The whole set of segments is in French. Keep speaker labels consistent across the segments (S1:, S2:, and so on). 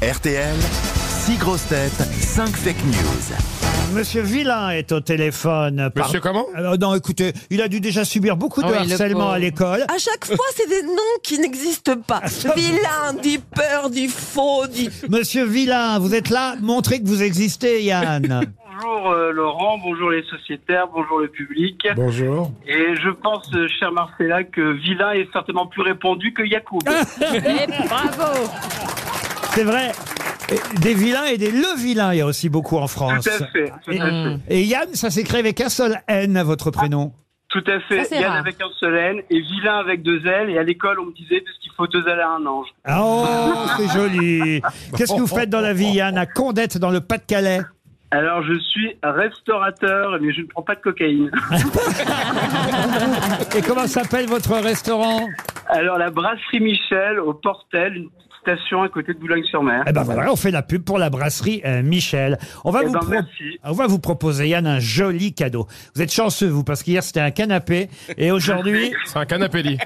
S1: RTL, 6 grosses têtes, 5 fake news.
S2: Monsieur Villain est au téléphone. Par-
S3: Monsieur comment
S2: Euh, Non, écoutez, il a dû déjà subir beaucoup de
S4: Ah oui, le
S2: harcèlement
S4: pauvre.
S2: à l'école.
S5: À chaque fois, c'est des noms qui n'existent pas. Vilain, du peur, du faux, du...
S2: Monsieur Villain, vous êtes là, montrez que vous existez, Yann.
S6: Bonjour euh, Laurent, bonjour les sociétaires, bonjour le public.
S3: Bonjour.
S6: Et je pense, euh, cher Marcella, que Villa est certainement plus répandu que Yacoub.
S4: bravo
S2: C'est vrai. Et Des vilains et des le vilain, il y a aussi beaucoup en France.
S6: Tout à fait, tout à
S2: Ah, Et,
S6: fait.
S2: et Yann, ça s'écrit avec un seul N à votre prénom.
S6: Tout à fait.
S4: Ça, c'est
S6: Yann
S4: rare.
S6: avec un seul N et vilain avec deux L. Et à l'école, on me disait tout ce qu'il faut deux L à un ange.
S2: Ah, Oh, c'est joli. Qu'est-ce que vous faites dans la vie, Yann, à Condette, dans le Pas-de-Calais
S6: Alors, je suis restaurateur, mais je ne prends pas de cocaïne.
S2: Et comment s'appelle votre restaurant
S6: Alors, la brasserie Michel au Portel, une petite station à côté de Boulogne-sur-Mer.
S2: Eh ben voilà, on fait la pub pour la brasserie euh, Michel. On va,
S6: Eh
S2: vous
S6: ben,
S2: pro-
S6: merci.
S2: on va vous proposer, Yann, un joli cadeau. Vous êtes chanceux, vous, parce qu'hier c'était un canapé et aujourd'hui.
S3: C'est un canapé lit.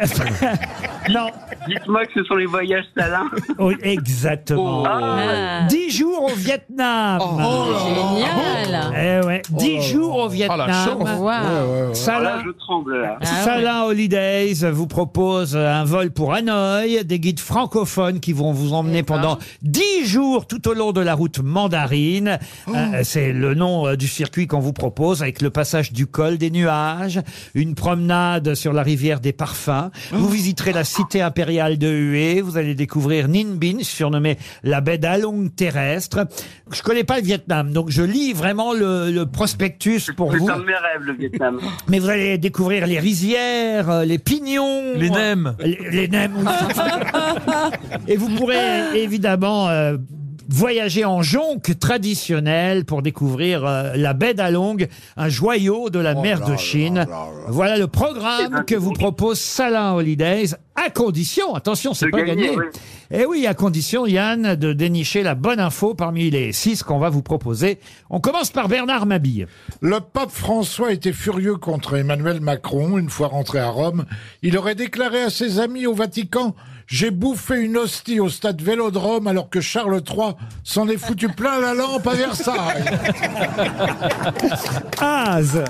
S2: non,
S6: Dites-moi que ce sont les voyages salins.
S2: oui,
S6: Oh.
S2: exactement.
S4: Ah,
S2: 10 jours au Vietnam.
S3: Oh,
S4: Génial
S2: Eh ouais, 10 jours au
S7: Oh,
S3: Ah la
S2: Vietnam.
S3: chance. Ouais,
S4: Wow.
S3: ouais, ouais.
S6: Ah
S2: Salin,
S6: là, je tremble là.
S4: Ah ouais.
S2: Salin Holidays vous propose un vol pour Hanoï, des guides francophones qui vont vous emmener pendant 10 jours tout au long de la route mandarine. Euh, C'est le nom euh, du circuit qu'on vous propose avec le passage du col des nuages, une promenade sur la rivière des parfums. Vous visiterez la cité impériale de Hue, vous allez découvrir Ninh Binh, surnommée la baie d'Along terrestre. Je connais pas le Vietnam, donc je lis vraiment le, le prospectus pour
S6: C'est
S2: vous.
S6: un de mes rêves, le Vietnam.
S2: Mais vous allez découvrir les rizières, euh, les pignons. Les nems. Les, les nems. Et vous pourrez évidemment euh, voyager en jonque traditionnelle pour découvrir euh, la baie d'Along, un joyau de
S6: Oh
S2: la mer de Chine. Voilà le programme que vous propose Salin Holidays, à condition, attention, c'est
S6: De
S2: pas
S6: gagner,
S2: gagné.
S6: oui.
S2: Et oui, à condition, Yann, de dénicher la bonne info parmi les six qu'on va vous proposer. On commence par Bernard Mabille.
S3: Le pape François était furieux contre Emmanuel Macron une fois rentré à Rome. Il aurait déclaré à ses amis au Vatican J'ai bouffé une hostie au stade Vélodrome alors que Charles III s'en est foutu plein la lampe à Versailles.
S2: Az.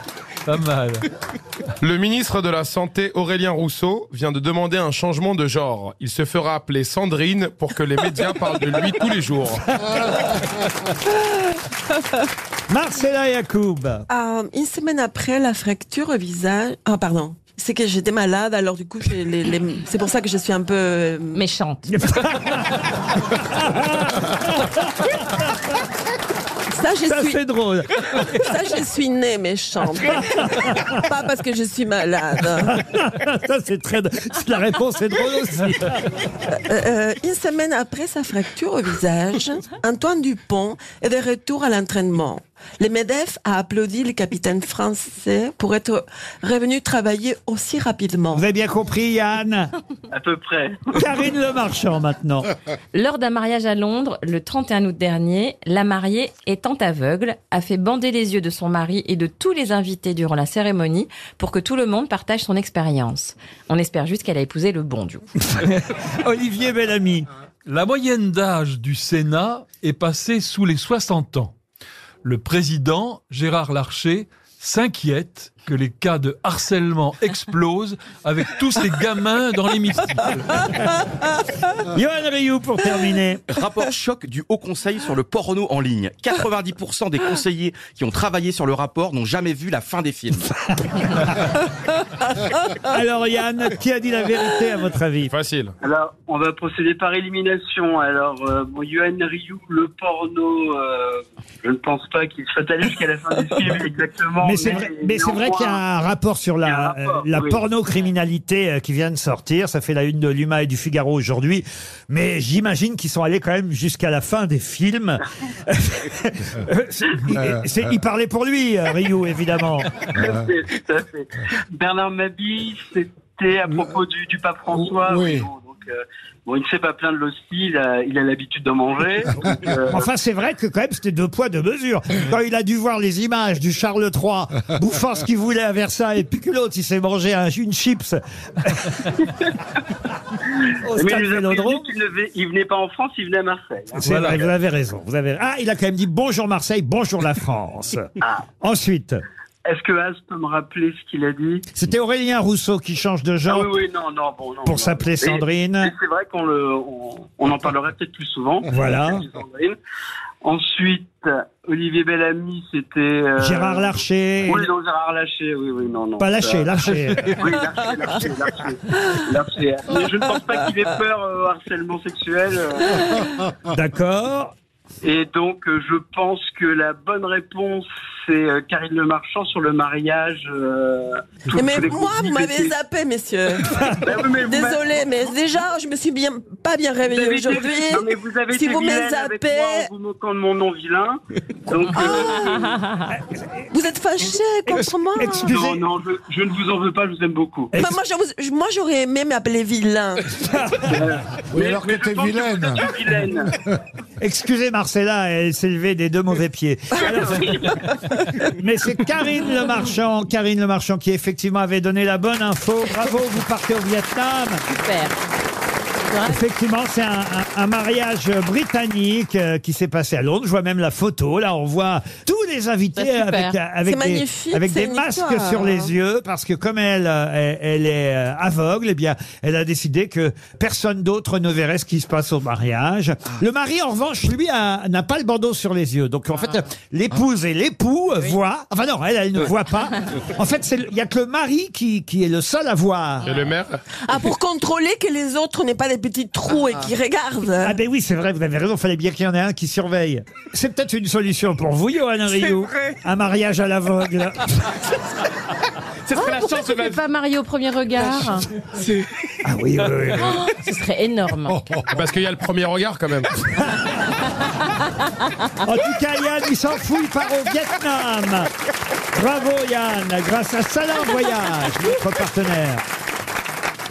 S7: Le ministre de la Santé Aurélien Rousseau vient de demander un changement de genre. Il se fera appeler Sandrine pour que les médias parlent de lui tous les jours.
S2: Marcella Yacoub.
S5: Euh, une semaine après la fracture au visage... Ah, pardon. C'est que j'étais malade, alors du coup, j'ai les- les- c'est pour ça que je suis un peu... euh,
S4: Méchante.
S5: Ça, je
S2: Ça,
S5: suis,
S2: c'est Ah, drôle.
S5: ça, je suis née méchante. Pas parce que je suis malade.
S2: Ça, c'est très drôle. La réponse est drôle aussi.
S5: Euh, une semaine après sa fracture au visage, Antoine Dupont est de retour à l'entraînement. Le MEDEF a applaudi le capitaine français pour être revenu travailler aussi rapidement.
S2: Vous avez bien compris, Yann.
S6: À peu près.
S2: Karine Le Marchand, maintenant.
S4: Lors d'un mariage à Londres, le 31 août dernier, la mariée, étant aveugle, a fait bander les yeux de son mari et de tous les invités durant la cérémonie pour que tout le monde partage son expérience. On espère juste qu'elle a épousé le bon du coup.
S2: Olivier Bellamy.
S8: La moyenne d'âge du Sénat est passée sous les 60 ans. Le président, Gérard Larcher, s'inquiète que les cas de harcèlement explosent avec tous ces gamins dans les mystiques.
S2: Johan Rioux, pour terminer.
S9: Rapport choc du Haut Conseil sur le porno en ligne. 90% des conseillers qui ont travaillé sur le rapport n'ont jamais vu la fin des films.
S2: Alors, Yann, qui a dit la vérité, à votre avis
S7: Facile.
S6: Alors, on va procéder par élimination. Alors, euh, bon, Yohan Ryu, le porno, euh, je ne pense pas qu'il soit allé jusqu'à la fin du film exactement.
S2: Mais c'est vrai, mais c'est vrai
S6: néanmoins,
S2: qu'il y a un rapport sur
S6: Il y a un
S2: la,
S6: rapport,
S2: euh, la
S6: oui.
S2: pornocriminalité euh, qui vient de sortir. Ça fait la une de l'UMA et du Figaro aujourd'hui. Mais j'imagine qu'ils sont allés quand même jusqu'à la fin des films. C'est- c'est- il parlait pour lui, euh, Rioux, évidemment.
S6: tout à fait, tout à fait. Bernard Mabie, c'était à propos du, du pape François.
S3: Oui.
S6: Bon, donc, euh, bon, il ne s'est pas plaint de l'hostie, il a il a l'habitude d'en manger. Donc, euh,
S2: Enfin, c'est vrai que quand même, c'était deux poids, deux mesures. Quand il a dû voir les images du Charles III bouffant ce qu'il voulait à Versailles, et puis que l'autre, il s'est mangé un, une chips. au stade
S6: Mais il nous a prévenu
S2: Vélodrome.
S6: qu'il ne venait- il venait pas en France, il venait à Marseille. hein.
S2: Ah, C'est
S8: Voilà.
S2: vrai, vous avez raison. Vous avez... Ah, il a quand même dit bonjour Marseille, bonjour la France.
S6: Ah.
S2: Ensuite,
S6: Est-ce que As peut me rappeler ce qu'il a dit
S2: c'était Aurélien Rousseau qui change de
S6: Ah
S2: genre
S6: oui, oui, non, non, bon, non.
S2: pour
S6: non.
S2: s'appeler
S6: Et-
S2: Sandrine.
S6: et C'est vrai qu'on le, on, on en parlerait peut-être plus souvent.
S2: Voilà.
S6: Sandrine. Ensuite, Olivier Bellamy, c'était. euh,
S2: Gérard Larcher.
S6: Oui, non, Gérard Larcher, oui, oui, non, non.
S2: Pas
S6: Ça-
S2: lâché, lâché.
S6: Oui, Larcher, Larcher, Larcher. Larcher. Mais je ne pense pas qu'il ait peur euh, au harcèlement sexuel. euh.
S2: D'accord.
S6: Et donc, euh, je pense que la bonne réponse, c'est euh, Karine Le Marchand sur le mariage. euh, tout-
S5: Mais
S6: tous les
S5: moi, vous
S6: conflits
S5: m'avez
S6: d'été.
S5: zappé, messieurs.
S6: Bah oui, mais vous m'avez-
S5: Désolée, mais déjà, je me suis bien, pas bien
S6: Vous avez
S5: réveillée
S6: été-
S5: aujourd'hui.
S6: non, mais vous avez
S5: si
S6: été
S5: vous me
S6: vilaine avec
S5: zappez-
S6: moi en vous moquant de mon nom vilain. Donc,
S5: Ah
S6: euh,
S5: Vous êtes fâchés contre moi.
S2: Excusez.
S6: non, non, je, je ne vous en veux pas, je vous aime beaucoup.
S5: Bah, moi, je vous- je- moi, j'aurais aimé m'appeler vilain.
S3: Oui, alors que t'es
S6: je pense que
S3: vilaine.
S6: vous êtes une vilaine.
S2: Excusez Marcella, elle s'est levée des deux mauvais pieds. Alors, mais c'est Karine Le Marchand, Karine Le Marchand qui effectivement avait donné la bonne info. Bravo, vous partez au Vietnam.
S4: Super.
S5: Hein
S2: Effectivement, c'est un, un- un mariage britannique euh, qui s'est passé à Londres. Je vois même la photo. Là, on voit tous les invités
S4: Bah, super.
S2: avec, euh, avec
S5: C'est
S2: des,
S5: magnifique,
S2: avec
S5: c'est
S2: des
S5: une
S2: masques
S5: histoire.
S2: sur les yeux parce que comme elle, euh, elle, elle est euh, aveugle, eh bien, elle a décidé que personne d'autre ne verrait ce qui se passe au mariage. Le mari, en revanche, lui, a- n'a pas le bandeau sur les yeux. Donc, en fait,
S5: Ah.
S2: euh, l'épouse et l'époux euh, voient. Enfin non, elle, elle ne voit pas. En fait, c'est le- il y a que le mari qui, qui est le seul à voir.
S7: Et le maire
S5: Ah, pour contrôler que les autres n'aient pas des petits trous et qu'ils
S2: Ah
S5: regardent.
S2: ben oui, c'est vrai, vous avez raison, fallait bien qu'il y en ait un qui surveille. C'est peut-être une solution pour vous, Johan Rioux. Un mariage à l'aveugle.
S9: Ce serait la
S4: Hein, Pourquoi
S9: chance
S4: tu ne
S9: de ma
S4: fais
S9: vie.
S4: pas marié au premier regard
S2: Ah oui, oui, oui. oui.
S4: Ce serait énorme.
S7: Parce qu'il y a le premier regard quand même.
S2: En tout cas, Yann, il s'en fout, il part au Vietnam. Bravo Yann, grâce à Salin Voyage, notre partenaire.